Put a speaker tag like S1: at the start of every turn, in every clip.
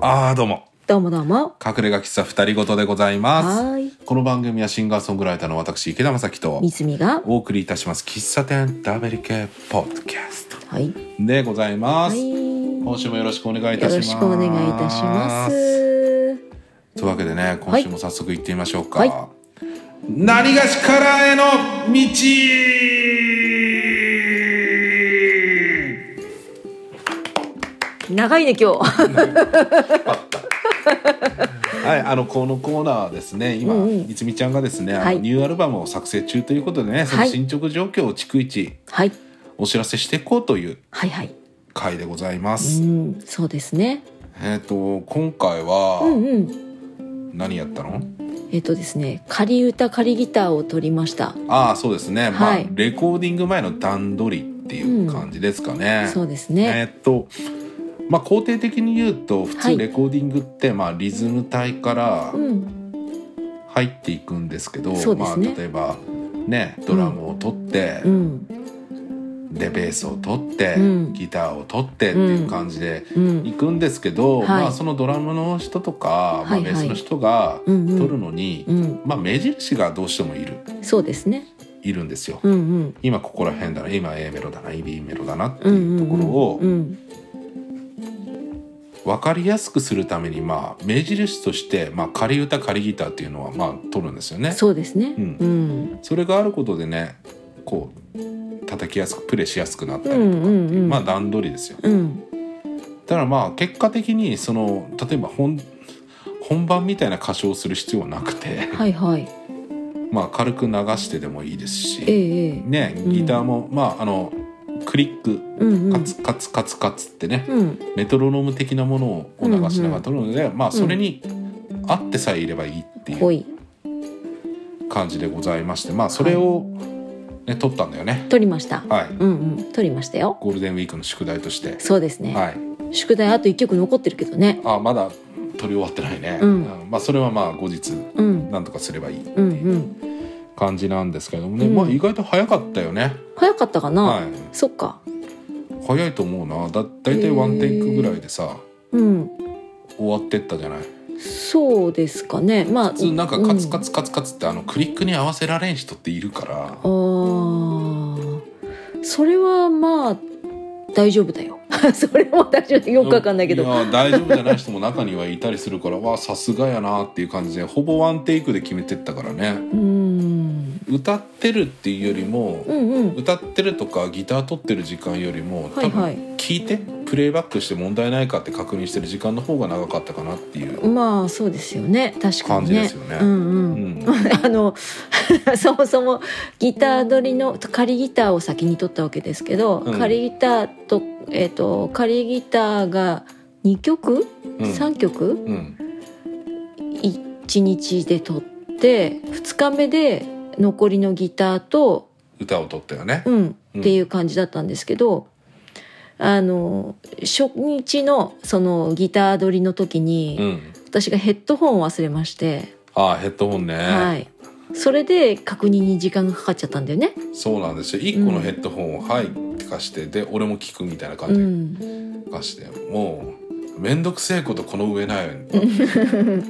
S1: ああどうも
S2: どうもどうも。
S1: 隠れ家喫茶二人ごとでございます
S2: はーい
S1: この番組はシンガーソングライターの私池田正樹と
S2: みつみが。
S1: お送りいたします喫茶店ダベリ系ポッドキャスト
S2: はい。
S1: でございま
S2: は
S1: す、
S2: い。
S1: 今週もよろしくお願いいたし
S2: よろ
S1: ます
S2: しくお願いいたします。
S1: というわけでね今週も早速行ってみましょうか、
S2: はい
S1: 何がしからへの道
S2: 長いね、今日。
S1: はい、あのこのコーナーはですね今、
S2: うんうん
S1: いつみちゃんがですね、あの
S2: はい
S1: ニューアルバムを作成中ということでねその
S2: はい
S1: 進捗状況を逐一
S2: はい。
S1: お知らせしていこうという
S2: はいはい。
S1: 回でございま
S2: う
S1: す。
S2: ん、そうですね。
S1: えっ、と今回
S2: うん
S1: は
S2: うん。
S1: 何やったの？
S2: えっとですね、仮歌、仮ギターを取りました。
S1: ああそうですね、
S2: はい
S1: まあレコーディング前の段取りっていう感じですかね。
S2: そうです
S1: え
S2: ね。
S1: っ、と。まあ、工程的に言うと普
S2: は
S1: 通
S2: い
S1: レコーディングってまあリズム体から
S2: うん。
S1: 入っていくんですけど、
S2: そうで
S1: ますあ、
S2: ね
S1: 例えばねドラムを取って、
S2: うん。
S1: でベースを取って、
S2: うん
S1: ギターを取ってっていう感じで
S2: うん。
S1: 行くんですけど、
S2: はい
S1: まあ、そのドラムの人とか、
S2: はいはい
S1: まあ、ベースの人が
S2: うんうん
S1: 取るのに、
S2: うん。
S1: まあ、目印がどうしてもいる
S2: そうですね。
S1: いるんですよ。
S2: うんうん。
S1: 今ここら辺だな今 A メロだな B メロだなって
S2: うん
S1: いううんと
S2: う
S1: ころ
S2: ん
S1: を
S2: うん
S1: 分かりやすくするために、まあ、目印として、まあ、仮歌仮ギターっていうのは、まあ、取るんですよね。
S2: そうですね。
S1: う
S2: うんん。
S1: それがあることでねこう叩きやすくプレイしやすくなったり
S2: う
S1: とかってい
S2: ん
S1: う、
S2: うんうん。
S1: まあ段取りですよ。
S2: うん。
S1: ただまあ結果的にその例えば本本番みたいな歌唱をする必要はなくて
S2: はいはい。
S1: まあ軽く流してでもいいですし、
S2: ええええ。
S1: ね、
S2: ん
S1: ギターも、まああのクリック
S2: うんう
S1: カ
S2: ん。
S1: ツカツカツカツってね、
S2: うん。
S1: メトロノーム的なものを流しながら撮るので、まあ
S2: うん
S1: それに合ってさえいればいいってい
S2: ほ
S1: う
S2: い。
S1: 感じでございましてまあそれを、ね、撮ったんだよね。
S2: 取りました。
S1: はい
S2: うんうん。取りましたよ。
S1: ゴールデンウィークの宿題として、
S2: そうですね。
S1: はい、
S2: 宿題あと一曲残ってるけどね。
S1: あまだ撮り終わってないね、
S2: うん
S1: まあ、それはまあ後日
S2: うん。
S1: なんとかすればいい
S2: うんうん。
S1: 感じなんですけどもね、
S2: うん
S1: まあ意外と早かったよね、
S2: 早かったかな。
S1: はい
S2: そっか。
S1: 早いと思うなだ大体ワンテイクぐらいでさ
S2: うん。
S1: 終わってったじゃない
S2: そうですかね。まあ。
S1: 普通なんかカツカ
S2: ツ。
S1: ツカツカツってあのクリックに合わせられん人っているから
S2: ああ。それはまあ。大丈夫だよ。 それも大丈夫。よくわかんないけど。
S1: や大丈夫じゃない人も中にはいたりするからわあさすがやなっていう感じでほぼワンテイクで決めてったからね
S2: うん。
S1: 歌ってるっていうよりも、
S2: うんうん。
S1: 歌ってるとかギター取ってる時間よりも多
S2: はいは
S1: 分
S2: い。
S1: 聞いてプレイバックして問題ないかって確認してる時間の方が長かったかなっていう
S2: まあそうですよね確か
S1: 感
S2: に
S1: じ
S2: ね
S1: ですよね
S2: うんう、
S1: うんん
S2: あの そもそもギター取りの仮ギターを先に取ったわけですけど、
S1: うん
S2: 仮ギターと,、えー、と仮ギターが2曲、
S1: うん
S2: 3曲
S1: うん
S2: 1日で取って2日目で残りのギターと、
S1: 歌を取ったよね
S2: う。ん、
S1: うん
S2: っていう感じだったんですけど。あの初日のそのギター取りの時に、
S1: うん。
S2: 私がヘッドホンを忘れまして、
S1: ああヘッドホンね、
S2: はい。それで確認に時間がかかっちゃったんだよね。
S1: そうなんですよ1個のヘッドホンを「はい」って貸してで俺も聞くみたいな
S2: う
S1: 感じで
S2: ん。
S1: 貸して、もう面倒くせえことこの上ないよね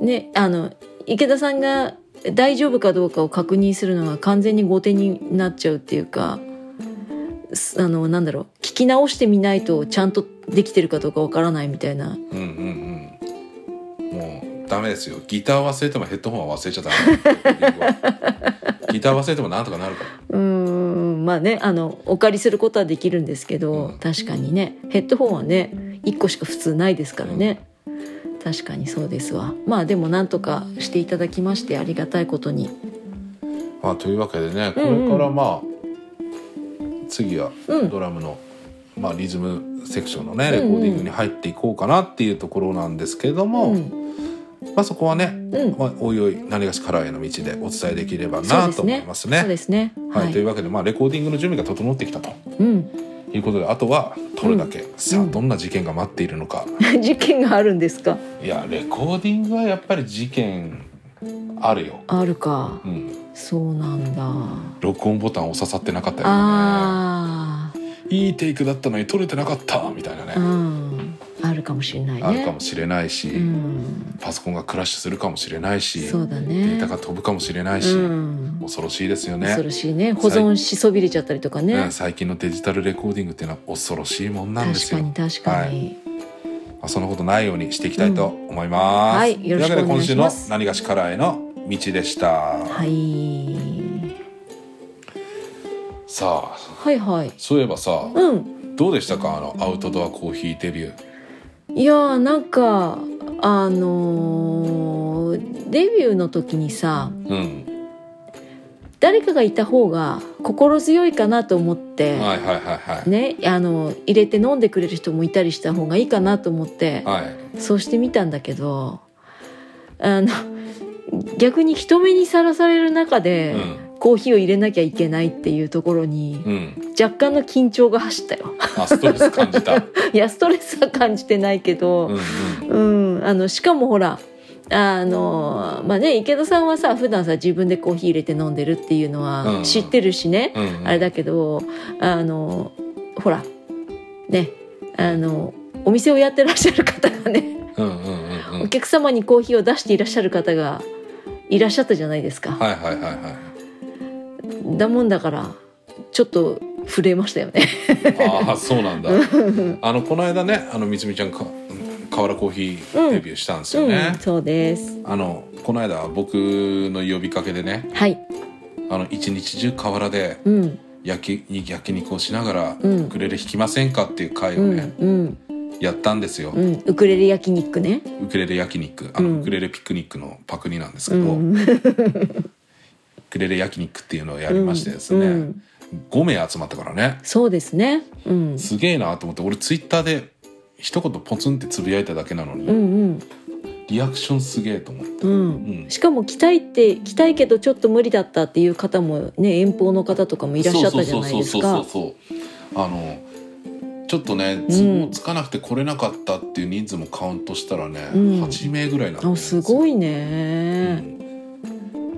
S2: ね、あの池田さんが大丈夫かどうかを確認するのが完全に後手になっちゃうっていうか、すあのなんだろう聞き直してみないとちゃんとできてるかどうかわからないみたいな。
S1: うんうんうんもうダメですよギター忘れてもヘッドホンは忘れちゃダ メギター忘れてもなんとかなるから
S2: うーん、まあね、あのお借りすることはできるんですけど、
S1: うん
S2: 確かにね、ヘッドホンはね、一個しか普通ないですからね。確かにそうですわ。まあでもなんとかしていただきましてありがたいことに。
S1: まあ、というわけでねこ
S2: うんうん
S1: れからまあ、次は
S2: うん
S1: ドラムの、まあ、リズムセクションのね
S2: うん
S1: レ
S2: うん
S1: コーディングに入っていこうかなっていうところなんですけども、
S2: うん、
S1: まあ、そこはね、
S2: うん
S1: まあ、おいおい何がしからへの道でお伝えできれば
S2: そう
S1: な
S2: です
S1: と思
S2: ね
S1: います
S2: そう
S1: ね。
S2: ですね。
S1: はい、
S2: はい。
S1: というわけで、まあ、レコーディングの準備が整ってきたと
S2: うん。
S1: いうことであとは撮るだけ、さあ
S2: うん
S1: どんな事件が待っているの か、
S2: 事件があるんですか。
S1: いやレコーディングはやっぱり事件あるよ、
S2: あるか
S1: う。ん、
S2: そうなんだ。
S1: 録音ボタンを刺さってなかったりとかね
S2: あ
S1: いいテイクだったのに撮れてなかったみたいなね
S2: あ。うん。あるるかもしれないね
S1: あるかもしれないし、
S2: うん、
S1: パソコンがクラッシュするかもしれないし、
S2: そうだ
S1: デ
S2: ね
S1: ータが飛ぶかもしれないし、
S2: うん
S1: 恐ろしいですよね
S2: 恐ろしいね保存しそびれちゃったりとかね、
S1: うん最近のデジタルレコーディングっていうのは恐ろしいもんなんで
S2: 確
S1: す
S2: か
S1: よ。
S2: に確かに、
S1: まあそんなことないようにしていきたいと思います。
S2: うんはいよろ
S1: というわ
S2: しくお願い
S1: けで今週の
S2: します
S1: 何がしからへの道でした。
S2: はい、
S1: さあ
S2: はいはい
S1: そういえばさ、
S2: うん
S1: どうでしたかあのアウトドアコーヒーデビュー。
S2: いやーなんかあのーデビューの時にさ
S1: うん、
S2: 誰かがいた方が心強いかなと思って、
S1: はいはいはいはい。
S2: ねあの入れて飲んでくれる人もいたりした方がいいかなと思って
S1: はい。
S2: そうしてみたんだけどあの逆に人目にさらされる中で、
S1: うん
S2: コーヒーを入れなきゃいけないっていうところに
S1: うん。
S2: 若干の緊張が走ったよ
S1: あストレス感じた。
S2: いやストレスは感じてないけど、
S1: うんうん。
S2: うん、あのしかもほらあのまあね池田さんはさ普段さ自分でコーヒー入れて飲んでるっていうの
S1: う
S2: は
S1: ん
S2: 知ってるしね、
S1: うんうん、
S2: あれだけどあのほらねあのお店をやってらっしゃる方がね、
S1: うんうんうんう
S2: お
S1: ん。
S2: 客様にコーヒーを出していらっしゃる方がいらっしゃったじゃないですか、
S1: はいはいはいはい。
S2: だもんだからちょっと震えましたよね
S1: ああそうなんだ。あのこの間ねあのみつみちゃんか河原コーヒーデビューしたんですよね。
S2: うん、そうです
S1: あのこの間僕の呼びかけでね
S2: はい
S1: あの一日中河原で
S2: うん
S1: 焼き焼肉をしながら
S2: うん
S1: ウクレレ弾きませんかっていう会
S2: う
S1: を
S2: ん
S1: ね、
S2: うん
S1: やったんですよ
S2: う、んウクレレ焼肉ね
S1: ウクレレ焼肉あの、
S2: うん
S1: ウクレレピクニックのパクリなんです
S2: う
S1: けど、ウ
S2: ん
S1: クレレ焼肉っていうのをやりましてですね、
S2: うんうん
S1: 5名集まったからね
S2: そうですねうん
S1: すげえなと思って俺ツイッターで一言ポツンってつぶやいただけなのに、
S2: うん
S1: リアクションすげえと思って。
S2: うんうん、
S1: うん
S2: しかも来たいって来たいけどちょっと無理だったっていう方もね遠方の方とかもいらっしゃったじゃないです
S1: そう
S2: か
S1: そうそうそうそうあのちょっとね都合つかなくて来れなかったっていう人数もカウントしたらね、
S2: うん
S1: 8名ぐらいになってるん
S2: あ
S1: です
S2: す
S1: よ
S2: ごい
S1: うん
S2: ね、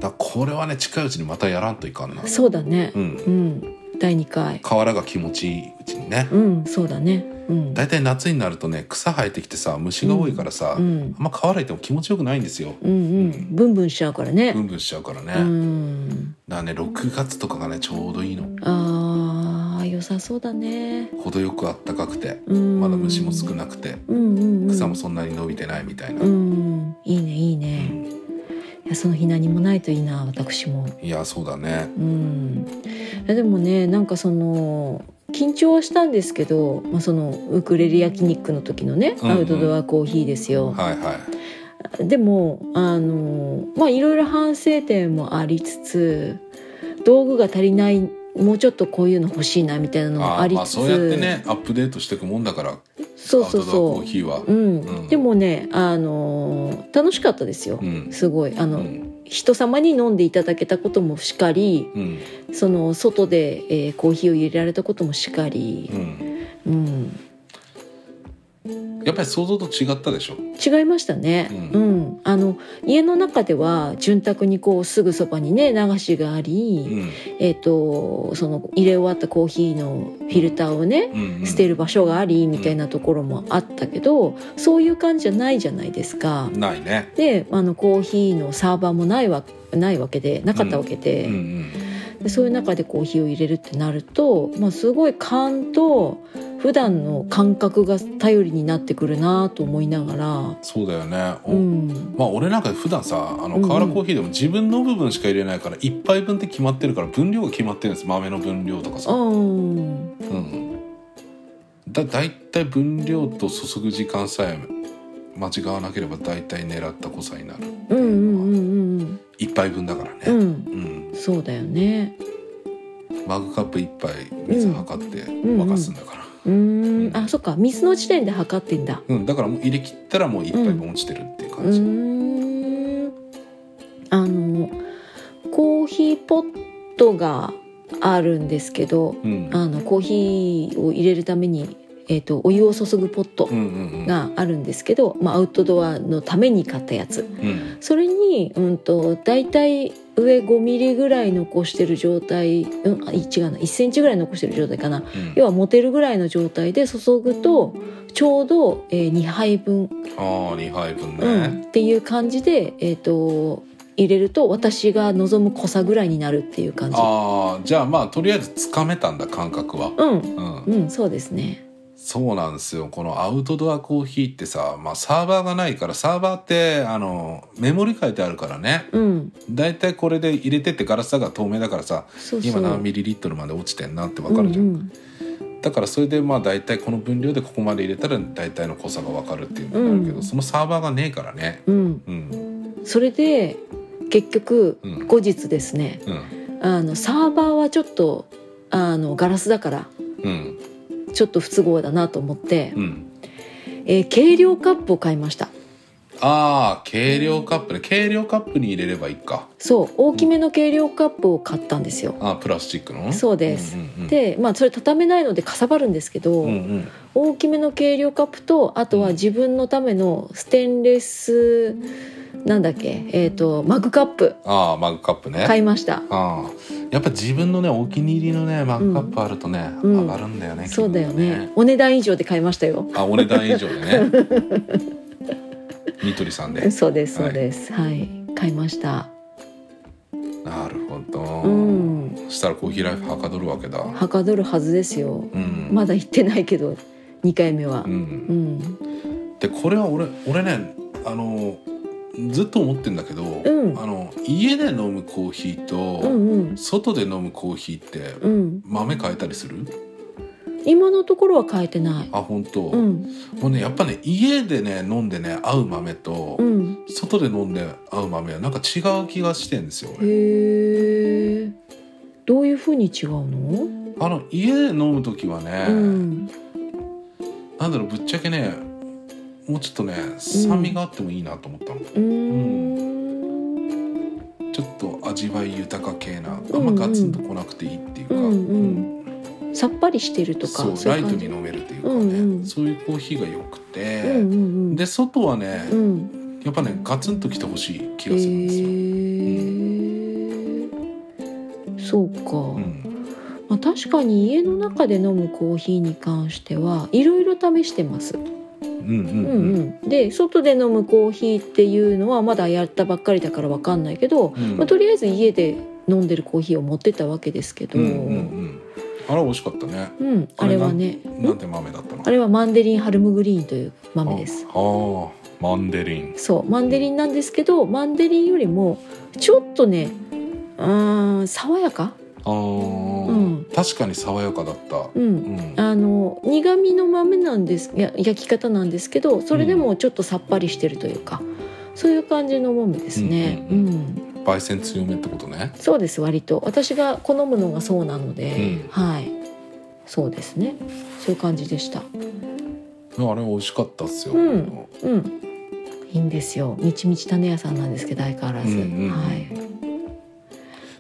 S1: だからこれはね近いうちにまたやらんといかんな
S2: そうだね
S1: う
S2: うんん、第2回
S1: 河原が気持ちいいうちにね
S2: うんそうだねうん
S1: 大体夏になるとね草生えてきてさ虫が多いからさ、
S2: うん
S1: あんま河原行っても気持ちよくないんですよ
S2: うんうんブンブンしちゃうからね
S1: ブンブンしちゃうからね、
S2: う
S1: だか
S2: ん
S1: らね6月とかがねちょうどいいの
S2: あー良さそうだね
S1: 程よくあったかくて
S2: うん
S1: まだ虫も少なくて
S2: うんうんうん
S1: 草もそんなに伸びてないみたいな
S2: う、んいいねいいうね、
S1: ん
S2: いやその日何もないといいな私も
S1: いやそうだね。
S2: うんいやでもねなんかその緊張はしたんですけど、まあ、そのウクレレ焼肉の時のね
S1: うんうん
S2: アウトドアコーヒーですよ、
S1: はいはい。
S2: でもあのまあいろいろ反省点もありつつ道具が足りないもうちょっとこういうの欲しいなみたいなのも
S1: あ
S2: あ
S1: あ
S2: り
S1: まあ
S2: つつ、
S1: そうやってねアップデートしていくもんだから
S2: そうそう
S1: アウトドアコ
S2: そ
S1: ーヒーは。
S2: う、うん
S1: うん
S2: でもねあの楽しかったですよ、
S1: うん
S2: すごいあ
S1: う
S2: の、
S1: ん
S2: 人様に飲んでいただけたこともしかり
S1: うん
S2: その外で、えーコーヒーを入れられたこともしかり
S1: う、ん。
S2: うん、
S1: やっぱり想像と違ったでしょ。
S2: 違いましたね、
S1: う
S2: うんあの家の中では潤沢にこうすぐそばにね流しがあ
S1: う
S2: り、
S1: ん
S2: えっとその入れ終わったコーヒーのフィルターをね
S1: うんうん。
S2: 捨てる場所がありみたいなところもあったけどそういう感じじゃないじゃないですか。
S1: ないね。
S2: であのコーヒーのサーバーもないわないわけでなかったわけで。
S1: うんうん。
S2: でそういう中でコーヒーを入れるってなると、まあ、すごい勘と普段の感覚が頼りになってくるなと思いながら、
S1: そうだよね。お
S2: うん、
S1: まあ俺なんか普段さあ
S2: うん
S1: の
S2: うん
S1: 河原コーヒーでも自分の部分しか入れないから一杯分って決まってるから分量が決まってるんです豆の分量とか
S2: あ
S1: さ。
S2: ー
S1: うん。だだいたい分量と注ぐ時間さえ間違わなければだいたい狙った濃さになる。
S2: うんうんうんうん
S1: 一杯分だからね、
S2: う
S1: うん
S2: んそうだよね
S1: マグカップ一杯水測って
S2: ん
S1: 沸かすんだから、
S2: うーんあそっか水の時点で測ってんだ
S1: うんだからもう入れ切ったらもう一杯分落ちてるっていう
S2: う
S1: 感じ、
S2: ーんあのコーヒーポットがあるんですけど
S1: うん
S2: あのコーヒーを入れるためにえー、とお湯を注ぐポット
S1: うんうん
S2: があるんですけど、まあ、アウトドアのために買ったやつ
S1: うんうん
S2: それに、うん、と大体上5ミリぐらい残してる状態、うん、あ違うな1センチぐらい残してる状態かな
S1: うん
S2: 要は持てるぐらいの状態で注ぐとちょうど、え2杯分、
S1: ああ二杯分
S2: うん
S1: ね、
S2: っていう感じで、えー、と入れると私が望む濃さぐらいになるっていう感じ。
S1: ああじゃあまあとりあえずつかめたんだ感覚は
S2: うん、
S1: うん
S2: うん、そうですね。
S1: そうなんですよこのアウトドアコーヒーってさ、まあ、サーバーがないからサーバーってあのメモリ書いてあるからね
S2: うん、
S1: だいたいこれで入れてってガラスだから透明だからさ
S2: そうそう。
S1: 今何ミリリットルまで落ちてんなってわかるじゃん、
S2: うん
S1: だからそれでまあ大体この分量でここまで入れたら大体の濃さがわかるっていうのになるけど、
S2: うん
S1: そのサーバーがねえからね
S2: うん、うん
S1: うん
S2: それで結局
S1: うん
S2: 後日ですね、
S1: うん
S2: あのサーバーはちょっとあのガラスだから
S1: うん
S2: ちょっと不都合だなと思って、
S1: うん
S2: えー軽量カップを買いました。
S1: ああ軽量カップね軽量カップに入れればいいか
S2: そう大きめの軽量カップを買ったんですよ。
S1: あープラスチックの
S2: そうです
S1: うんうんうん、
S2: でまあそれ畳めないのでかさばるんですけど、
S1: うんうん
S2: 大きめの軽量カップとあとは自分のためのステンレスなんだっけ、えー、とマグカップ
S1: ああマグカップね
S2: 買いました。
S1: ああやっぱ自分のねお気に入りのねマグカップあるとね、
S2: うん
S1: 上がるんだよね、気
S2: そう
S1: 分が
S2: だよね。お値段以上で買いましたよ。
S1: あお値段以上でね ニトリさんで
S2: そうです
S1: はい
S2: そうです。はい、買いました。
S1: なるほど、
S2: うん、
S1: そしたらコーヒーライフはかどるわけだ
S2: はかどるはずですよ。
S1: うん、
S2: まだ行ってないけど、二回目は
S1: う。ん
S2: う、ん、
S1: でこれは俺俺ねあのずっと思ってんだけど、
S2: ん
S1: あの家で飲むコーヒー
S2: うん、う
S1: と、
S2: ん、
S1: 外で飲むコーヒーって
S2: うん。
S1: 豆変えたりする
S2: 今のところは変えてない。
S1: あ本当、
S2: うん、
S1: もうねやっぱね家でね飲んでね合う豆と、
S2: うん。
S1: 外で飲んで合う豆はなんか違う気がしてんですよ俺
S2: へえ。どういう風に違うの？
S1: あの家で飲む時はね、
S2: うん、
S1: なんだろうぶっちゃけねもうちょっとね酸味があってもいいなと思ったの、
S2: うーん、
S1: ちょっと味わい豊か系なあんまガツンと来なくていいっていうか、
S2: うんうんさっぱりしてるとか。
S1: そう
S2: い
S1: ライ
S2: う
S1: ト
S2: 感
S1: に
S2: じ
S1: 飲めるっていうかね、
S2: うんうん
S1: そういうコーヒーがよくて、
S2: うん、うん、うん。
S1: で外はね、
S2: うん、
S1: やっぱねガツンと来てほしい気
S2: へ
S1: がするんですよ、
S2: え。そうか。
S1: うん、
S2: まあ、確かに家の中で飲むコーヒーに関してはいろいろ試してます、
S1: うんう
S2: うんん
S1: うんうん
S2: うん、で外で飲むコーヒーっていうのはまだやったばっかりだからわかんないけど、まあ、とりあえず家で飲んでるコーヒーを持ってたわけですけど、
S1: う
S2: うん
S1: うんんあれ美味しかったね
S2: あれはね
S1: なんて豆だったの
S2: あれはマンデリンハルムグリーンという豆です
S1: ああマンデリン
S2: そうマンデリンなんですけどマンデリンよりもちょっとねうーん爽やか、
S1: ああ、
S2: うん
S1: 確かに爽やかだった
S2: うん
S1: うん
S2: あの苦味の豆なんですや焼き方なんですけどそれでもちょっとさっぱりしてるというか、そういう感じの豆ですね、
S1: う
S2: うんん
S1: 焙煎強めってことね
S2: そうです割と私が好むのがそうなので、
S1: うん
S2: はいそうですねそういう感じでした
S1: あれ美味しかったっすよ、
S2: うんうんいいんですよみちみち種屋さんなんですけど相変わらず、
S1: うんうん
S2: はい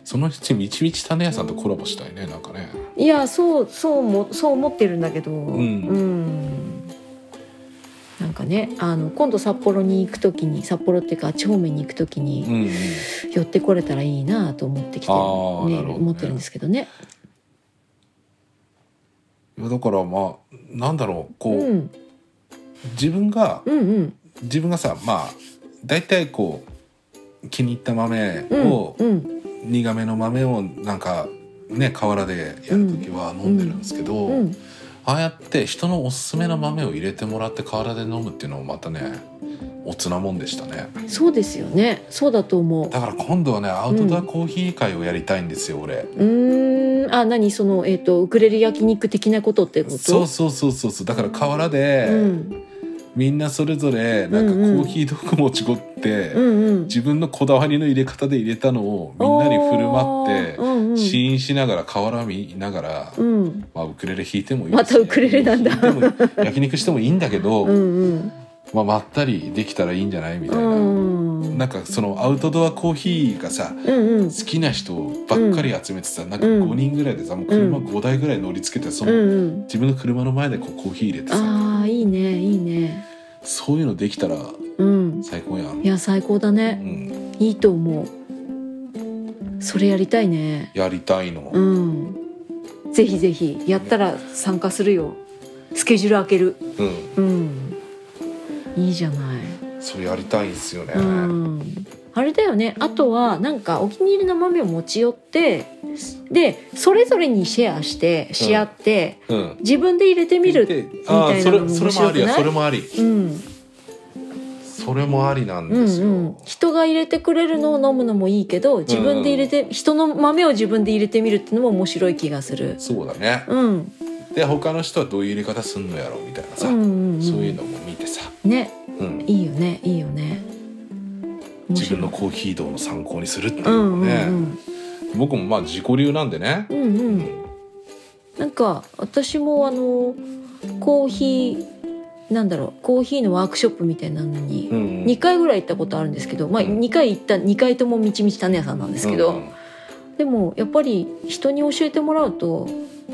S1: そのうちみちみち種屋さんとコラボしたいねなんかね
S2: いやそうそうもそう思ってるんだけど
S1: ん
S2: うんなんかねあの今度札幌に行くときに札幌っていうかあっち方面に行くときに、
S1: うんうん
S2: 寄ってこれたらいいなと思ってきて
S1: あ
S2: る、
S1: ーな
S2: ね
S1: るほどね
S2: 思ってるんですけどね。
S1: いやだからまあなんだろう
S2: う
S1: こう、
S2: ん、
S1: 自分が
S2: うん、うん、
S1: 自分がさまあ大体こう気に入った豆
S2: うん
S1: を、、
S2: うん、
S1: 苦めの豆をなんかね河原でやる時は飲んでるんですけど、
S2: うん、
S1: ああやって人のおすすめの豆を入れてもらって河原で飲むっていうのもまたねおつなもんでしたね
S2: そうですよね。そうだと思う。
S1: だから今度はねアウトドアコーヒー会をやりたいんですよ、俺
S2: うーん、あ、何そのえっ、とウクレレ焼肉的なことってこと。
S1: そうそうそうそうそうだから河原で、
S2: うん、
S1: みんなそれぞれなんかコ
S2: うんうん
S1: ーヒー道具持ち込んで、
S2: うん、うん。
S1: 自分のこだわりの入れ方で入れたのをみんなに振る舞って
S2: おー、うんうん、
S1: 試飲しながら河原見ながら、
S2: うん、
S1: まあ、ウクレレ弾いてもいい
S2: またウクレレなんだ
S1: 焼肉弾いても焼肉してもいいんだけど、
S2: うん、うん、
S1: まあ、まったりできたらいいんじゃないみたいな、
S2: うん、
S1: なんかそのアウトドアコーヒーがさ
S2: うんうん
S1: 好きな人ばっかり集めてさ、なんか
S2: うん
S1: 5人ぐらいでさもう車5台ぐらい乗りつけてそ
S2: うん
S1: の、
S2: うん
S1: 自分の車の前でこうコーヒー入れてさ
S2: ああいいねいいね
S1: そういうのできたら
S2: うん
S1: 最高やん
S2: いや最高だ
S1: う
S2: ね
S1: ん、
S2: いいと思うそれやりたいね
S1: やりたいの、
S2: うんぜひぜひやったら参加するよスケジュール開ける
S1: うん
S2: うんいいじゃない
S1: それやりたいんすよね、
S2: うんあれだよねあとはなんかお気に入りの豆を持ち寄ってでそれぞれにシェアしてし合って、
S1: うん
S2: 自分で入れてみる
S1: でああ
S2: み
S1: そ
S2: たいなの
S1: れ
S2: も
S1: それもあり
S2: 面白くな
S1: や
S2: い
S1: それもあり
S2: うん
S1: それもありなん
S2: うん
S1: ですよ、
S2: うん、人が入れてくれるのを飲むのもいいけど自分で入れて、人の豆を自分で入れてみるっていうのも面白い気がする。
S1: そうだね、
S2: うん、
S1: で他の人はどういう入れ方すんのやろみたいな
S2: う
S1: さ、
S2: んうんうん、
S1: そういうのも見てさ、
S2: ね
S1: うん、
S2: いいよねいいよね。面
S1: 自
S2: 白い
S1: 分のコーヒー道の参考にするっていう
S2: う
S1: の
S2: ん
S1: も
S2: うんう
S1: ね、
S2: ん
S1: 僕もまあ自己流なんでね、
S2: うんう、
S1: うん
S2: なんか私もあのコーヒーなんだろうコーヒーのワークショップみたいなのに
S1: ん
S2: 2回ぐらい行ったことあるんですけど、まあ、
S1: うん
S2: 2回行った2回ともみちみち種屋さんなんですけど、
S1: うんうん
S2: でもやっぱり人に教えてもらうと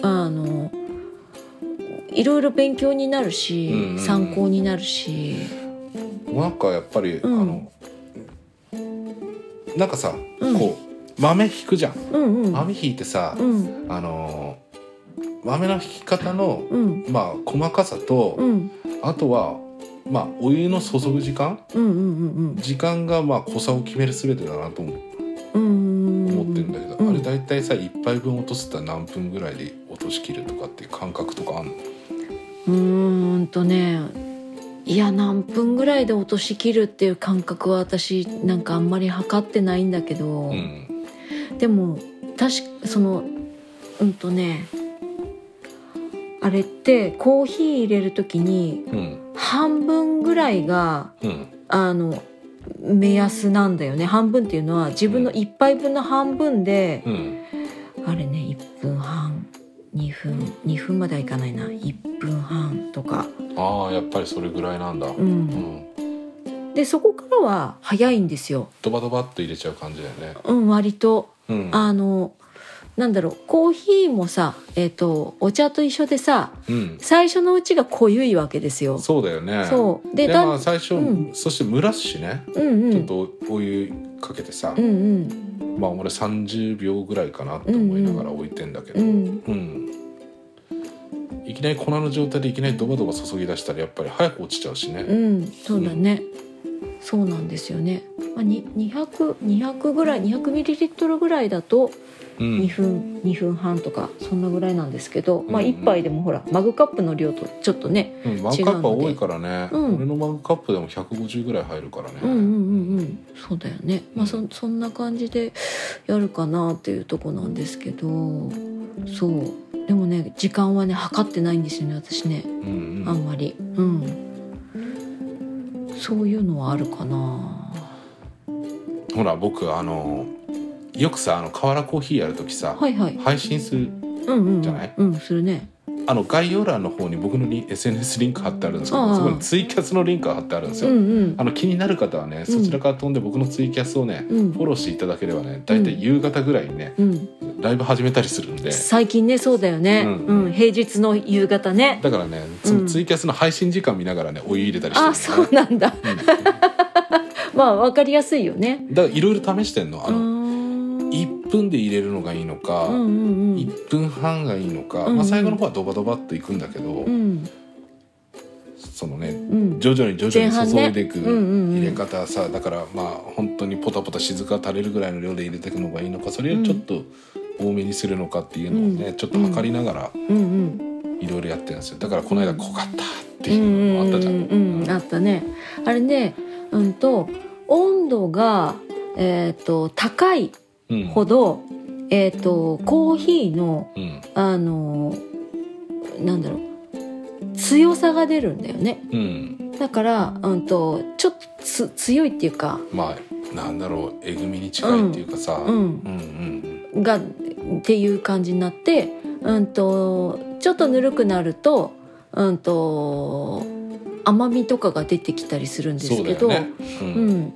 S2: あのいろいろ勉強になるし、
S1: うんうんうん
S2: 参考になるし、
S1: なんかやっぱり、
S2: うん
S1: あのなんかさ、
S2: うん
S1: こう豆引くじゃん
S2: うんうん、
S1: 豆引いてさ、
S2: うん
S1: あのー豆の引き方の、
S2: うん
S1: まあ細かさと、
S2: うん
S1: あとはまあお湯の注ぐ時間
S2: うんうん
S1: 時間がまあ濃さを決める全てだなと思
S2: うんうん
S1: 思ってるんだけど、
S2: うん
S1: あれ大体さ1杯分落とすったら何分ぐらいで落としきるとかっていう感覚とかあんの
S2: うーんとねいや何分ぐらいで落としきるっていう感覚は私なんかあんまり測ってないんだけど、
S1: うん
S2: でも確かそのうんとねあれってコーヒー入れる時に
S1: うん
S2: 半分ぐらいが
S1: うん
S2: あの目安なんだよね半分っていうのは自分の
S1: うん
S2: 1杯分の半分で
S1: う、ん
S2: あれね1分半2分2分まではいかないな1分半とか。
S1: ああやっぱりそれぐらいなんだ、
S2: う、
S1: うんん、
S2: でそこからは早いんですよ、
S1: ドバドバっと入れちゃう感じだよね
S2: うん、割と
S1: うん
S2: あのなんだろうコーヒーもさ、えっとお茶と一緒でさ
S1: うん
S2: 最初のうちが濃ゆいわけですよ。
S1: そうだよね
S2: そうで
S1: で
S2: だん
S1: まあ最初、
S2: うん
S1: そして蒸らすしね
S2: うんう
S1: ちょっ
S2: ん
S1: とお湯かけてさ、
S2: うんうん
S1: まあ俺30秒ぐらいかなと思いながら置いてんだけど、
S2: う
S1: うん
S2: ん
S1: いきなり粉の状態でいきなりドバドバ注ぎ出したらやっぱり早く落ちちゃうしね、
S2: うんそうだね、そうなんですよね。まあ、に200 200ぐらい200ミリリットルぐらいだと
S1: うん
S2: 2分、2分半とかそんなぐらいなんですけど、まあ
S1: うんうん
S2: 1杯でもほらマグカップの量とちょっとね
S1: うん、マグカップは多いからね、
S2: うん
S1: 俺のマグカップでも150ぐらい入るからね、
S2: うんうんうんうんそうだよねまあそそんな感じでやるかなっていうとこなんですけどそうでもね時間はね測ってないんですよね私ね
S1: うんうん
S2: あんまりうんそういうのはあるかな
S1: ほら僕あのよくさあの瓦コーヒーやる時さ、
S2: はいはい
S1: 配信する
S2: うんうん
S1: じゃない
S2: うんするね
S1: あの概要欄の方に僕のリン SNS リンク貼ってあるんですけ
S2: あ
S1: ど
S2: あ
S1: そこにツイキャスのリンクが貼ってあるんです
S2: う
S1: よ、
S2: んうん
S1: あの気になる方はねそちらから飛んで僕のツイキャスをね、
S2: うん
S1: フォローしていただければね大体夕方ぐらいにね
S2: うん
S1: ライブ始めたりするんで
S2: 最近ねそうだよね
S1: うん
S2: うん平日の夕方ね
S1: だからねそのツイキャスの配信時間見ながらねお湯入れたり
S2: あ
S1: してる
S2: そ
S1: の
S2: うなんだ
S1: うん
S2: まあわかりやすいよね
S1: だからいろいろ試してんのあ
S2: うー
S1: の
S2: ん
S1: 1分で入れるのがいいのか、
S2: うんうんうん
S1: 1分半がいいのか、
S2: うんう
S1: まあ、
S2: ん
S1: 最後の方はドバドバっといくんだけど、
S2: うん
S1: そのね
S2: うん
S1: 徐々に徐
S2: 前
S1: 々
S2: 半
S1: に
S2: ね
S1: 注いでいく
S2: うんうんうん
S1: 入れ方さ、だからまあ本当にポタポタ静か垂れるぐらいの量で入れていくのがいいのかそれをちょっと多めにするのかっていうのをね、
S2: うん
S1: ちょっと測りながら
S2: うんうん
S1: いろいろやってるんですよだからこの間濃かったっていうのもあったじゃん。
S2: うんうんうんあったねあれねうんと温度がえっ、と高い
S1: うん
S2: ほど、えっ、とコーヒーの
S1: うん
S2: あのなんだろう強さが出るんだよね
S1: うん、
S2: だから、うん、とちょっとつ強いっていうか、
S1: まあなんだろうえぐみに近いっていうかさ、
S2: う
S1: うん
S2: ん、
S1: うんうん
S2: がっていう感じになって、うん、とちょっとぬるくなると,、うん、と甘みとかが出てきたりするんです
S1: そうだ
S2: け
S1: よ
S2: ど、
S1: ね。う
S2: うんん、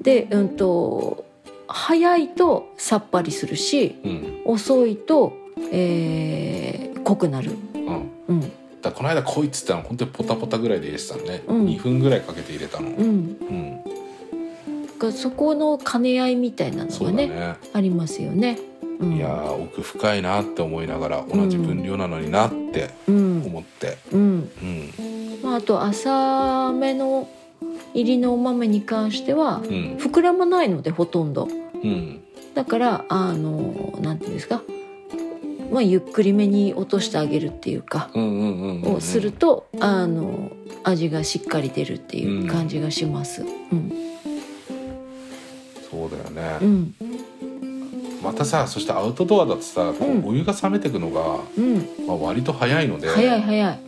S2: で、うんと、早いとさっぱりするし、
S1: うん
S2: 遅いと、えー濃くなる。
S1: うん
S2: うん、
S1: だからこの間こいつってのは本当にポタポタぐらいで入れてたのね、
S2: うん
S1: 2分ぐらいかけて入れたのう、
S2: うんん。がそこの兼ね合いみたいなの
S1: そう
S2: が
S1: だ
S2: ね
S1: ね
S2: ありますよね。うん、
S1: いやー奥深いなって思いながら同じ分量なのになって
S2: うん、
S1: 思って
S2: うん、
S1: うん
S2: まああと浅めの入りのお豆に関して
S1: う
S2: は
S1: ん
S2: 膨らまないのでほとんど
S1: うん
S2: だからあのなんていうんですか、まあ、ゆっくりめに落としてあげるっていうか、
S1: うんうんうんうん
S2: をするとあの味がしっかり出るっていう感じがします。うん、
S1: そうだよね、
S2: うん、
S1: またさそしてアウトドアだとさ、こう
S2: うん
S1: お湯が冷めてくのが、
S2: うん、
S1: まあ、割と早いので
S2: 早い早い。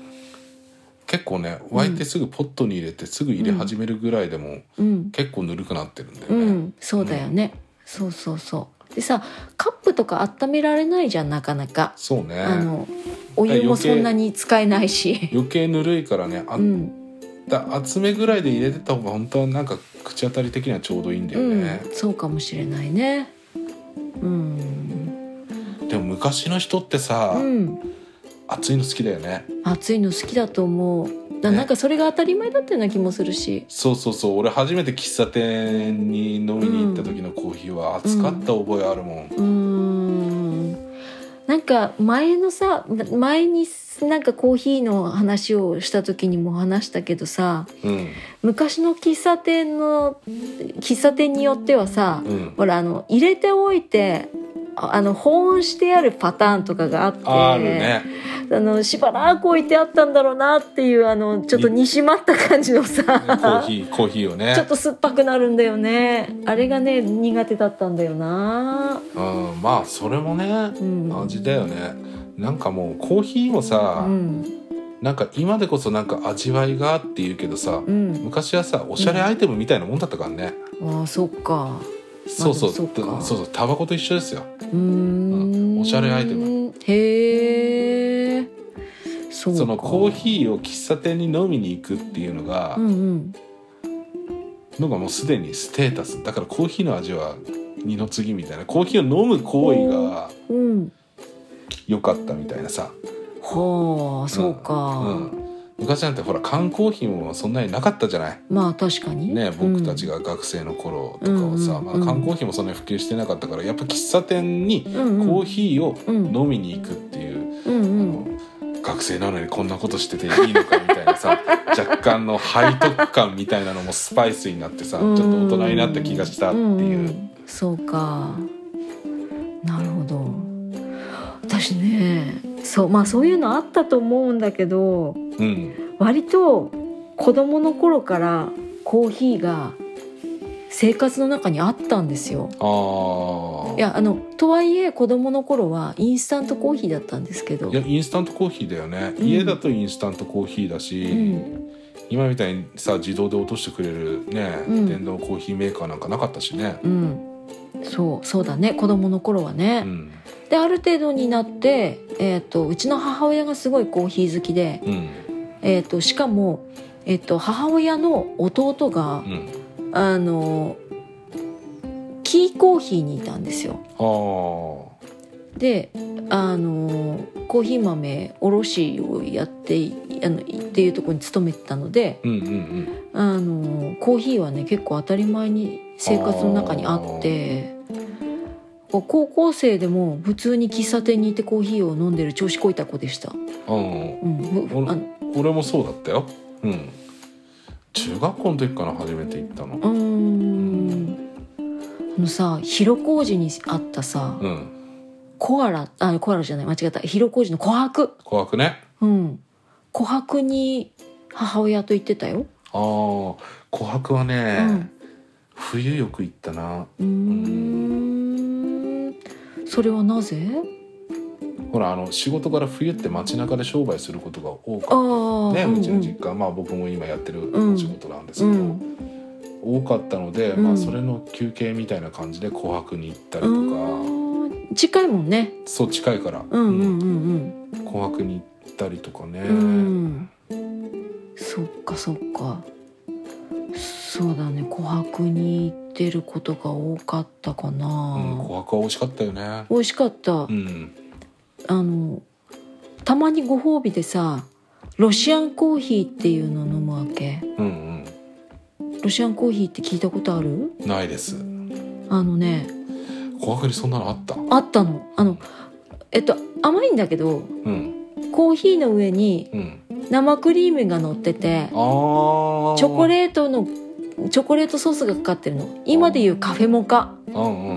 S1: 結構ね沸いてすぐポットに入れてすぐ入れ始めるぐらいでも、
S2: うん、
S1: 結構ぬるくなってるんだよ
S2: う
S1: ね、
S2: ん、そうだよね。そうそうそう。でさ、カップとか温められないじゃんなかなか。
S1: そうね
S2: あのお湯もそんなに使えないし。
S1: 余計ぬるいからねあ
S2: う
S1: っ
S2: ん、
S1: た厚めぐらいで入れてた方が本当はなんか口当たり的にはちょうどいいんだ
S2: う
S1: よ
S2: ん
S1: ね、、
S2: そうかもしれないね。うん、
S1: でも昔の人って
S2: う
S1: さ、
S2: ん、
S1: 熱いの好きだよね
S2: 暑いの好きだと思う。だ
S1: ね
S2: なんかそれが当たり前だったような気もするし。
S1: そうそうそう俺初めて喫茶店に飲みに行った時のコーヒーは熱かった覚えあるもん、
S2: うーんなんか前のさな前になんかコーヒーの話をした時にも話したけどさ
S1: うん
S2: 昔の喫茶店の喫茶店によってはさ
S1: うん
S2: ほらあの入れておいてああの保温してあるパターンとかがあって
S1: あるね、
S2: あのしばらく置いてあったんだろうなっていうあのちょっと煮しまった感じのさ
S1: コー ヒーコーヒーをね
S2: ちょっと酸っぱくなるんだよねあれがね苦手だったんだよな、
S1: うん、まあそれもね
S2: うん、
S1: 味だよねなんかもうコーヒーもさ、
S2: うん
S1: なんか今でこそなんか味わいがって言うけどさ、
S2: うん、
S1: 昔はさおしゃれアイテムみたいなもんだったからね、
S2: ああそっか
S1: そうそう
S2: まあで
S1: そ
S2: も
S1: う
S2: そ
S1: そ
S2: うか
S1: うそうタバコと一緒ですよ
S2: うーん
S1: うんおしゃれアイテ
S2: ムへえそうか
S1: そのコーヒーを喫茶店に飲みに行くっていうのが、
S2: うんうん
S1: のがもうすでにステータスだからコーヒーの味は二の次みたいなコーヒーを飲む行為が
S2: うん
S1: 良かったみたいなさ、
S2: はあそうか、
S1: うん、昔なんてほら缶コーヒーもそんなになかったじゃない
S2: まあ確かに
S1: ね、僕たち
S2: が
S1: が学生の頃とかはさ、
S2: うんうん
S1: ま
S2: うん
S1: あ、缶コーヒーもそんなに普及してなかったからやっぱ喫茶店に
S2: うんうん
S1: コーヒーを
S2: うん
S1: 飲みに行くっていう、
S2: うんうん
S1: あの学生なのにこんなことしてていいのかみたいな さ若干の背徳感みたいなのもスパイスになってさちょっと大人になった気がしたっていう。
S2: んんそうかなるほど私ねそうまあそういうのあったと思うんだけど
S1: うん
S2: 割と子供の頃からコーヒーが生活の中にあったんですよ。
S1: あー
S2: いやあのとはいえ子供の頃はインスタントコーヒーだったんですけど
S1: いやインスタントコーヒーだよね、
S2: うん
S1: 家だとインスタントコーヒーだし、
S2: うん
S1: 今みたいにさ自動で落としてくれるね、
S2: うん
S1: 電動コーヒーメーカーなんかなかったしね。
S2: うんそうそうだね子供の頃は
S1: う
S2: ね。
S1: ん
S2: である程度になって、えー、とうちの母親がすごいコーヒー好きで、
S1: うん
S2: えー、としかも、えー、と母親の弟が
S1: う、ん
S2: あのキーコーヒーにいたんですよ。
S1: あー
S2: であのコーヒー豆卸をやっていあのいっていうところに勤めてたので
S1: うんうんうん
S2: あのコーヒーはね結構当たり前に生活の中にあってこう高校生でも普通に喫茶店に行ってコーヒーを飲んでる調子こいた子でした。
S1: うん
S2: うん、ふあの
S1: 俺もそうだったようん中学校の時から初めて行ったの
S2: うーんあのさ広小路にあったさ
S1: うん
S2: コアラあコアラじゃない間違った広小路の琥珀
S1: 琥珀ね
S2: うん琥珀に母親と行ってたよ。
S1: あー琥珀はね、
S2: うん
S1: 冬よく行ったな
S2: うーんそれはなぜ
S1: ほらあの仕事から冬って街中で商売することが多
S2: あ
S1: かっ
S2: あ、
S1: たね
S2: うんうん
S1: うちの実家、まあ僕も今やってる
S2: うん
S1: 仕事なんですけ
S2: う
S1: ど、
S2: ん
S1: 多かったので、
S2: うん
S1: まあ、それの休憩みたいな感じで琥珀に行ったりとか、
S2: うん近いもんね
S1: そう近いから、
S2: うんう
S1: うん
S2: んうん
S1: 琥珀に行ったりとかね、
S2: うん、うん、そっかそっかそうだね琥珀に行っててることが多かったか
S1: うん、
S2: な、
S1: 琥珀は美味しかったよね。
S2: 美味しかった、
S1: うん、
S2: あのたまにご褒美でさロシアンコーヒーっていうのを飲むわけ
S1: うん、
S2: ロシアンコーヒーって聞いたことある
S1: うん、ないです。
S2: あのね
S1: 琥珀にそんなのあった。
S2: あったのあのえっと甘いんだけど
S1: うん、
S2: コーヒーの上に
S1: うん、
S2: 生クリームが乗ってて
S1: ああ。
S2: チョコレートのチョコレートソースがかかってるの今でいうカフェモカ
S1: ート。うん、うん、うん、う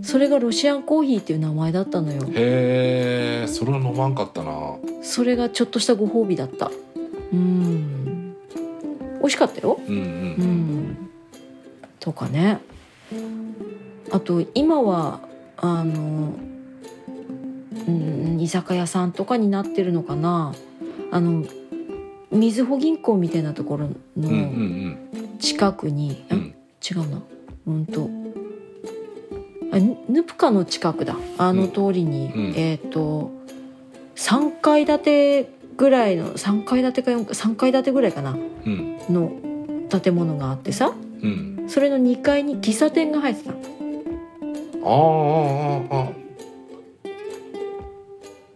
S1: ん。
S2: それがロシアンコーヒーっていう名前だったのよ
S1: へえ、それは飲まんかったな。
S2: それがちょっとしたご褒美だったうん美味しかったよ
S1: うん、う、
S2: うんんとかねあと今はあのうん居酒屋さんとかになってるのかなあのみずほ銀行みたいなところ
S1: うん、うん、う
S2: の
S1: ん、
S2: 近くに、
S1: うん
S2: ん違うなうんとあヌヌプカの近くだあの通りに、
S1: うんうん
S2: えっ、と3階建てぐらいの3階建てか4 3階建てぐらいかな
S1: うん、
S2: の建物があってさ
S1: うん。
S2: それの2階に喫茶店が入ってたの
S1: あーあー、あーあ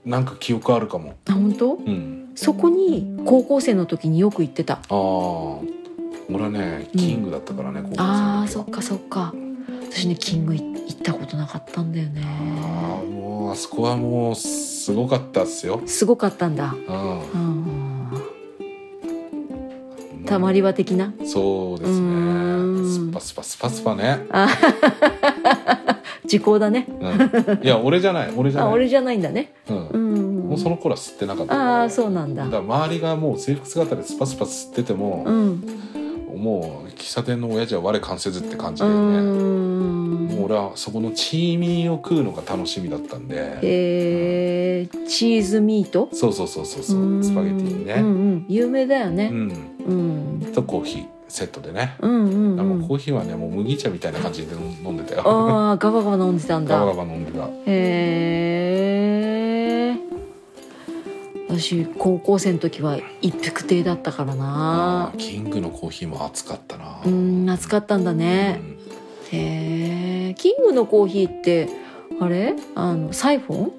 S1: ー。なんか記憶あるかも。
S2: あ本当
S1: うん、
S2: そこに高校生の時によく行ってた
S1: ああ。俺はね、キングだったからね、高校生の時は
S2: あーそっかそっか私ねキングい行ったことなかったんだよね
S1: ああもうあそこはもうすごかったっすよ。
S2: すごかったんだ
S1: う
S2: うん
S1: ん。
S2: たまり場的な
S1: そうです
S2: うー
S1: ね。スパ
S2: ん
S1: スパスパスパね。
S2: 時効だね
S1: うん、いや俺じゃない俺じゃ
S2: あ
S1: ない。
S2: 俺じゃないんだね
S1: うん。
S2: うん
S1: もうその頃は吸ってなかった。
S2: ああそうなんだ
S1: だから周りがもう制服姿でスパスパ吸ってて
S2: う
S1: も、
S2: ん
S1: もう喫茶店の親父は我関せずって感じ
S2: う
S1: でね。
S2: ん
S1: もう俺はそこのチーミーを食うのが楽しみだったんで。
S2: えーチーズミート
S1: そうそうそうそう
S2: う
S1: そ
S2: ん
S1: う。スパゲティ
S2: うん
S1: ね。
S2: うん有名だよ
S1: う
S2: ね
S1: ん。
S2: うん
S1: とコーヒーセットでね。
S2: うんうん
S1: あもう
S2: うん
S1: コーヒーはねもう麦茶みたいな感じで飲んでたよ。
S2: ああガバガバ飲んでたん
S1: ガバ
S2: だ
S1: ガバ飲んでた。
S2: へえ私高校生の時は一服亭だったからな
S1: あーキングのコーヒーも熱かったな。
S2: うん暑かったんだね、へえキングのコーヒーってあれあのサイフォン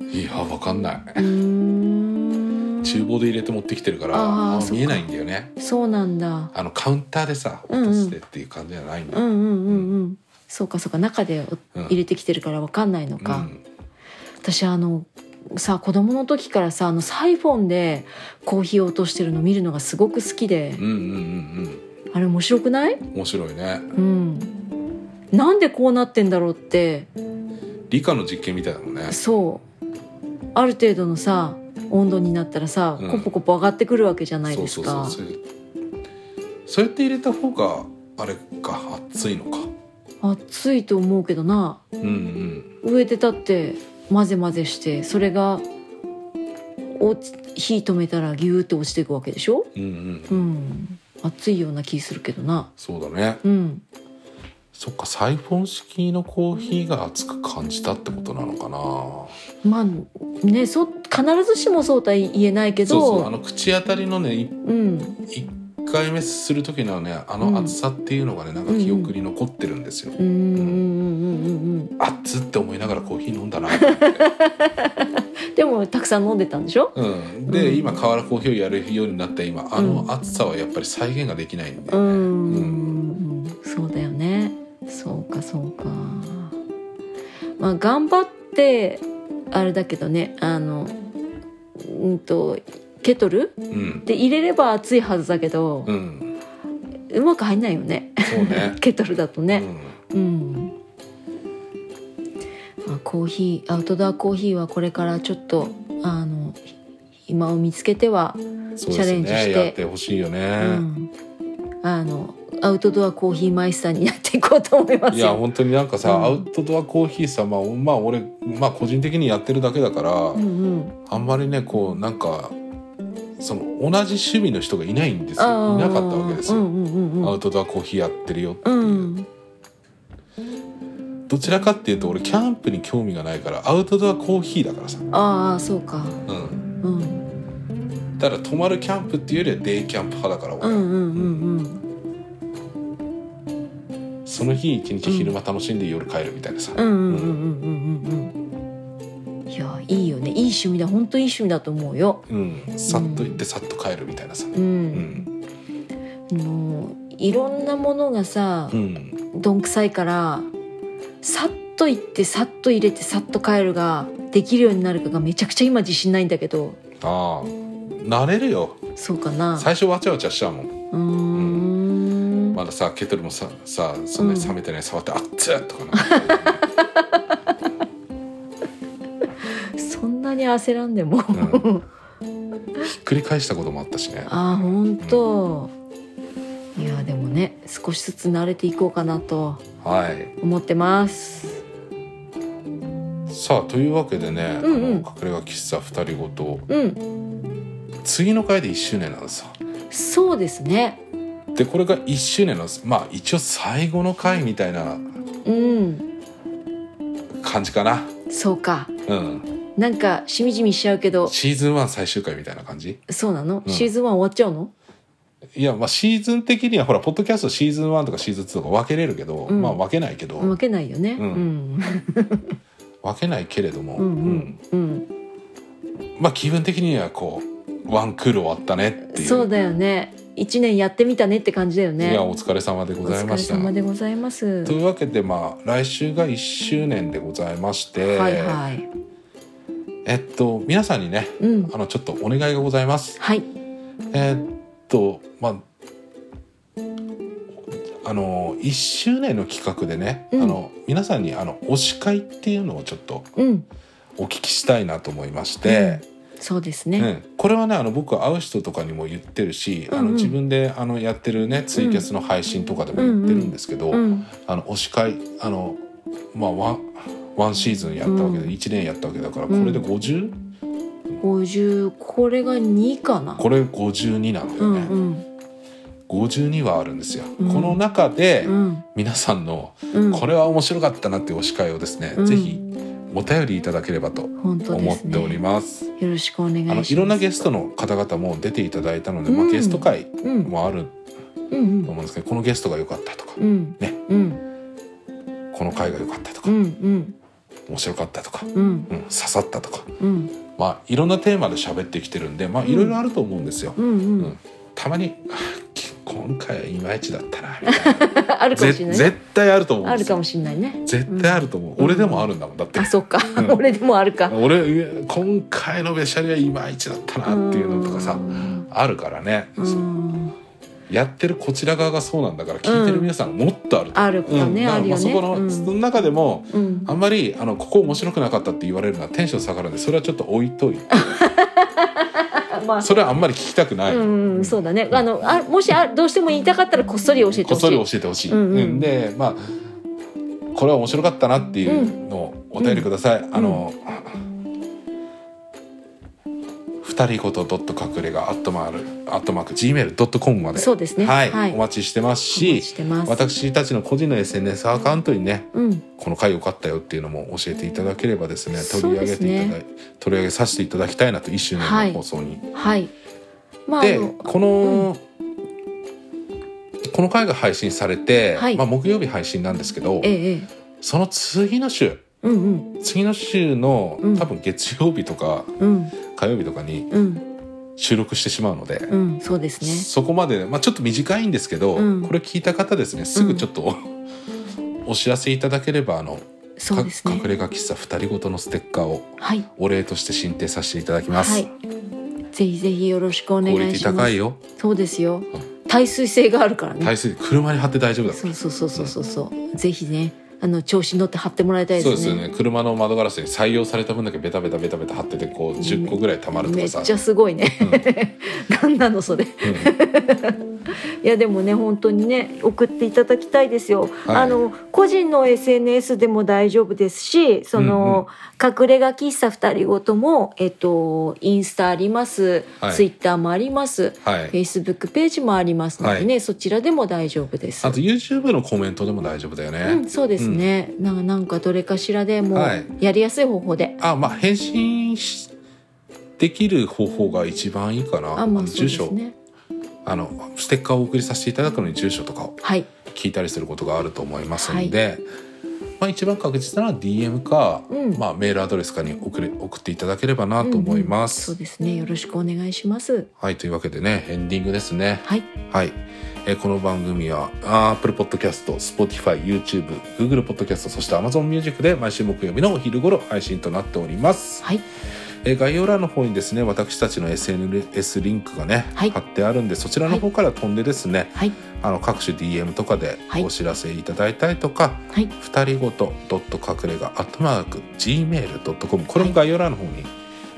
S1: うんいやわかんな
S2: う
S1: い。
S2: ーん
S1: 厨房で入れて持ってきてるから
S2: あー
S1: あんま
S2: そっか
S1: 見えないんだよね。
S2: そうなんだ
S1: あのカウンターでさ
S2: うんうん
S1: 落としてっていう感じじゃないんだ。
S2: うんうんうんうんそうかそうか中で
S1: うん
S2: 入れてきてるからわかんないのか、
S1: うん
S2: 私あのさ子供の時からさあのサイフォンでコーヒーを落としてるの見るのがすごく好きで
S1: うんうん
S2: あれ面白くない
S1: うんうん面白いね。
S2: うんなんでこうなってんだろうって
S1: 理科の実験みたいだもんね。
S2: そうある程度のさ温度になったらさ、
S1: うん
S2: コポコポ上がってくるわけじゃない
S1: そ
S2: で
S1: うそ
S2: す
S1: うそ
S2: か
S1: う。そういうそうやって入れた方があれか熱いのか。
S2: 暑いと思うけどな
S1: うんうん
S2: 上で立って混ぜ混ぜしてそれが落ち火止めたらギューって落ちていくわけでしょ
S1: うんう。
S2: うんん暑いような気するけどな
S1: そうだね。
S2: うん
S1: そっかサイフォン式のコーヒーが熱く感じたってことなのかな
S2: まあねそ必ずしもそうとは言えないけど
S1: そうそうあの口当たりのねい
S2: うん
S1: 一回目する時のねあ
S2: うん
S1: の熱さっていうのがねなんか記憶に残ってるんですよ、
S2: うんうんうんうんうんうん
S1: 熱って思いながらコーヒー飲んだ な、
S2: でもたくさん飲んでたんでしょ
S1: うん、で、
S2: うん
S1: 今河原コーヒーをやるようになった今あ
S2: うん
S1: の熱さはやっぱり再現ができないんで、
S2: う
S1: ね
S2: ん、
S1: うん
S2: そうだよねそうかそうかまあ頑張ってあれだけどねあのうんとケトル
S1: うん
S2: で入れれば熱いはずだけど
S1: う、ん
S2: うまく入んないよね
S1: そうね
S2: ケトルだとね
S1: うん
S2: うん、まあ、コーヒーアウトドアコーヒーはこれからちょっとあのひ暇を見つけては
S1: そうです
S2: チャレンジし
S1: ね
S2: て
S1: やってほしいよね、
S2: うんあのアウトドアコーヒーマイスターになっていこうと思います
S1: いや
S2: よ。
S1: 本当になんかさ、
S2: うん
S1: アウトドアコーヒーさまあ、まあ、俺、まあ、個人的にやってるだけだから、
S2: うんうん、
S1: あんまりねこうなんかその同じ趣味の人がいないんです
S2: あ
S1: よい
S2: ー
S1: なかったわけです
S2: う
S1: よ、
S2: んうんうん
S1: ア
S2: う
S1: ウ
S2: ん
S1: トドアコーヒーやってるよっていうう、
S2: ん
S1: どちらかっていうと俺キャンプに興味がないからアウトドアコーヒーだからさ、
S2: ああそうか、
S1: うん、
S2: うん、うん
S1: だから泊まるキャンプっていうよりはデイキャンプ派だから
S2: う
S1: 俺、
S2: んうんうん
S1: その日一日昼間楽しんで夜帰るみたいなさ、
S2: うんうんうんうんうんうんうんいやいいよねいい趣味だ本当いい趣味だと思うよ
S1: うんさっと行ってさっと帰るみたいなさ、
S2: う、
S1: うんん
S2: もういろんなものがさ、
S1: うん、
S2: どんくさいからさっと行ってさっと入れてさっと帰るができるようになるかがめちゃくちゃ今自信ないんだけど
S1: ああ慣れるよ
S2: そうかな
S1: 最初わちゃわちゃしちゃうもん
S2: うーん
S1: まださケトルもささそんなに冷めてない触って「あっつ!」と かな
S2: そんなに焦らんでも、
S1: ひっくり返したこともあったしね
S2: ああほんと、いやでもね少しずつ慣れていこうかなと
S1: はい
S2: 思ってます
S1: さあというわけでね、
S2: うんうん
S1: あの隠れ家喫茶二人ごと
S2: うん
S1: 次の回で1周年なんですよ
S2: そうですね
S1: でこれが1周年なんですまあ一応最後の回みたいな
S2: うん
S1: 感じかな
S2: そうか
S1: うん
S2: なんかしみじみしちゃうけど
S1: シーズン1最終回みたいな感じ
S2: そうなの、
S1: うん
S2: シーズン1終わっちゃうの
S1: いやまあシーズン的にはほらポッドキャストシーズン1とかシーズン2とか分けれるけど、
S2: うん
S1: まあ分けないけど、
S2: 負けないよねう
S1: うん
S2: ん
S1: 分けないけれども、
S2: うんうんうん、
S1: うんまあ気分的にはこうワンクール終わったねっていう
S2: そうだよね一年やってみたねって感じだよね
S1: いやお疲れ様でご
S2: お
S1: ざい
S2: 疲
S1: ま
S2: れ
S1: した
S2: 様でございます
S1: というわけでまあ来週が1周年でございまして、
S2: はいはい
S1: えっと皆さんにね
S2: うん
S1: あのちょっとお願いがございます
S2: はい
S1: えーっとまああの1周年の企画でね、
S2: うん
S1: あの皆さんにあの推し会っていうのをちょっと
S2: うん
S1: お聞きしたいなと思いまして、
S2: そうです
S1: うん
S2: ね、
S1: これはねあの僕会う人とかにも言ってるし、あ
S2: うんう
S1: の
S2: ん
S1: 自分であのやってるねツイキャスの配信とかでも言ってるんですけど、
S2: うん
S1: あの推し会あのまあワンワンシーズンやったわけで、一1年やったわけだからこ
S2: うん
S1: れで 50?、
S2: 50これが2かな
S1: これ52なんだ
S2: う
S1: よね。
S2: んうん
S1: 52はあるんですよ、
S2: うん
S1: この中で
S2: うん
S1: 皆さんの
S2: うん
S1: これは面白かったなっていうお司会をですね、
S2: うん
S1: ぜひお便りいただければと
S2: 本当で
S1: 思っ
S2: すね
S1: ております
S2: よろしくお願い
S1: あ
S2: しま
S1: の
S2: す
S1: いろんなゲストの方々も出ていただいたので、まあ、
S2: うん
S1: ゲスト会
S2: うん
S1: もある
S2: う
S1: と
S2: ん
S1: 思うんですけどこのゲストが良かったとか、
S2: うん
S1: ね
S2: うん
S1: この回が良かったとか、
S2: うんうん
S1: 面白かったとか、
S2: うん
S1: うん、刺さったとか、
S2: うん
S1: まあ、いろんなテーマで喋ってきてるんで、まあ、いろいろあると思うんですよ。
S2: うんう
S1: う
S2: んうんん
S1: たまにあ今回はいまいちだったなみたいな
S2: あるかも
S1: ぜ
S2: しれないね
S1: 絶対あると思うん
S2: あ
S1: で
S2: る
S1: すよ
S2: かもしれないね
S1: 絶対あると思う、
S2: うん
S1: 俺でもあるんだもんだって
S2: あそっか
S1: うん
S2: 俺でもあるか
S1: 俺今回のべしゃりはいまいちだったなっていうのとかさ
S2: うん
S1: あるからね、
S2: うん
S1: やってるこちら側がそうなんだから聞いてる皆さんもっとあると、
S2: あるかね
S1: だから
S2: ある
S1: ま
S2: よ
S1: あそこ
S2: ね
S1: の、
S2: うん
S1: その中でも
S2: うん
S1: あんまりあのここ面白くなかったって言われるのはテンション下がるんでそれはちょっと置いといて
S2: まあ
S1: それはあんまり聞きたくない、
S2: うんうんそうだねあのあもしあどうしても言いたかったらこっそり教えて
S1: こ
S2: ほ
S1: っ
S2: し
S1: そり
S2: い
S1: 教えてほしい、
S2: うんうん
S1: うんでまあこれは面白かったなっていうのをお便りください、あの、二人ごとドット隠れがアットマークアットマーク gmail.com まで
S2: そうですね
S1: はい
S2: はい
S1: お待ちしてます
S2: お待
S1: し
S2: ちしてます
S1: 私たちの個人の SNS アカウントにね
S2: うん
S1: この回良かったよっていうのも教えていただければですね
S2: そ
S1: 取り
S2: う
S1: 上
S2: で
S1: げ
S2: す
S1: てい
S2: ね
S1: ただい、取り上げさせていただきたいなと一周
S2: は
S1: 年の
S2: い
S1: 放送に、
S2: はいまああ
S1: で
S2: の
S1: この、この回が配信されて、
S2: はい
S1: まあ、木曜日配信なんですけど
S2: ええええ
S1: その次の週
S2: うん
S1: 次の週の
S2: うん
S1: 多分月曜日とか
S2: うんうん
S1: 火曜日とかに
S2: うん
S1: 収録してしまうので、
S2: うんそうですね
S1: そこまで、まあ、ちょっと短いんですけど、
S2: うん
S1: これ聞いた方ですねすぐちょっと、お知らせいただければあの、
S2: そ
S1: か
S2: うですね
S1: 隠れ家喫茶二人ごとのステッカーを
S2: はい
S1: お礼として進呈させていただきます。
S2: はいぜひぜひよろしくお
S1: ク
S2: 願
S1: オリ
S2: い
S1: ティ
S2: しま
S1: 高
S2: す
S1: いよ
S2: そうですよ
S1: ん
S2: 耐水性があるからね
S1: 耐水車に貼って大丈夫だから
S2: そうそうそうそうそうそう。ぜひね、あの調子に乗って貼ってもらいたいで
S1: そ
S2: す
S1: う
S2: ね。
S1: ですよね車の窓ガラスに採用された分だけベタベタベタベタ貼っててこう10個ぐらい溜まると
S2: め
S1: か
S2: っ
S1: さ
S2: ちゃすごいね。なんなのそれ。いやでもね本当にね送っていただきたいですよ。
S1: はい
S2: あの個人の SNS でも大丈夫ですし、その、隠れ家喫茶二人ごともえっとインスタあります、
S1: はい
S2: ツイッターもあります、
S1: は
S2: フェ
S1: い
S2: イスブックページもありますのでね、そちらでも大丈夫です。
S1: あと YouTube のコメントでも大丈夫だよ
S2: う
S1: ね
S2: ん、そうですね、ななんかどれかしらでも
S1: はいう
S2: やりやすい方法で、
S1: あまあ返信しできる方法が一番いいかな
S2: あまあ
S1: の
S2: そうで
S1: 住
S2: す
S1: 所
S2: ね
S1: あのステッカーをお送りさせていただくのに住所とかを
S2: はい
S1: 聞いたりすることがあると思いますので、まあ、一番確実なのは DM か、
S2: うん
S1: まあ、メールアドレスかに送れ送っていただければなと思いま
S2: う
S1: す。
S2: んうんそうですねよろしくお願いします
S1: はいというわけでねエンディングですね。
S2: はい
S1: はい、えーこの番組はあー Apple Podcast、Spotify、YouTube、Google Podcast そして Amazon Music で毎週木曜日のお昼頃配信となっております。
S2: はい
S1: えー概要欄の方にですね私たちの SNS リンクがね、
S2: はい
S1: 貼ってあるんでそちらの方から飛んでですね、
S2: はい
S1: あの各種 DM とかで
S2: はい
S1: お知らせいただいたりとか、
S2: はい
S1: 二人ごとドット隠れがアットマーク gmail.com これも概要欄の方に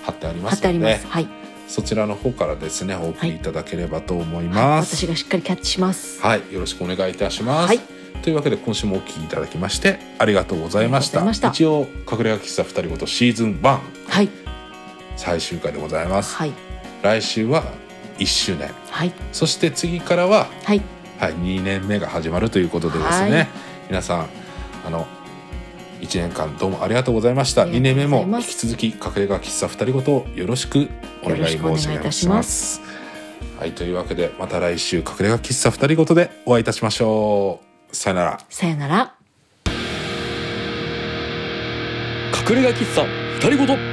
S1: 貼ってありま
S2: 貼っ
S1: す
S2: てあり
S1: の
S2: ま
S1: です
S2: はい、はい
S1: そちらの方からですねお送りいただければと思います
S2: 私。がしっかりキャッチします
S1: はい、よろしくお願いいたします。
S2: はい
S1: というわけで今週もお聞きいただきましてありがとうございました。
S2: ありがとうござ
S1: 一応隠れ家喫茶二人ごとシーズン1
S2: はい
S1: 最終回でございます。
S2: はい
S1: 来週は1周年、
S2: はい
S1: そして次からは
S2: はい
S1: はい2年目が始まるということでですね。
S2: はい
S1: 皆さんあの1年間どうもありがとうございました。
S2: あり
S1: 2年
S2: がと
S1: 目
S2: うござい
S1: も
S2: ま
S1: 引き
S2: す
S1: 続き隠れ家喫茶二人ごとよろしくお願い申し上げます。
S2: よろしくお願いいたしま
S1: はい、というわけでまた来週隠れ家喫茶二人ごとでお会いいたしましょう。さよなら。
S2: さよなら
S3: 隠れ家喫茶二人ごと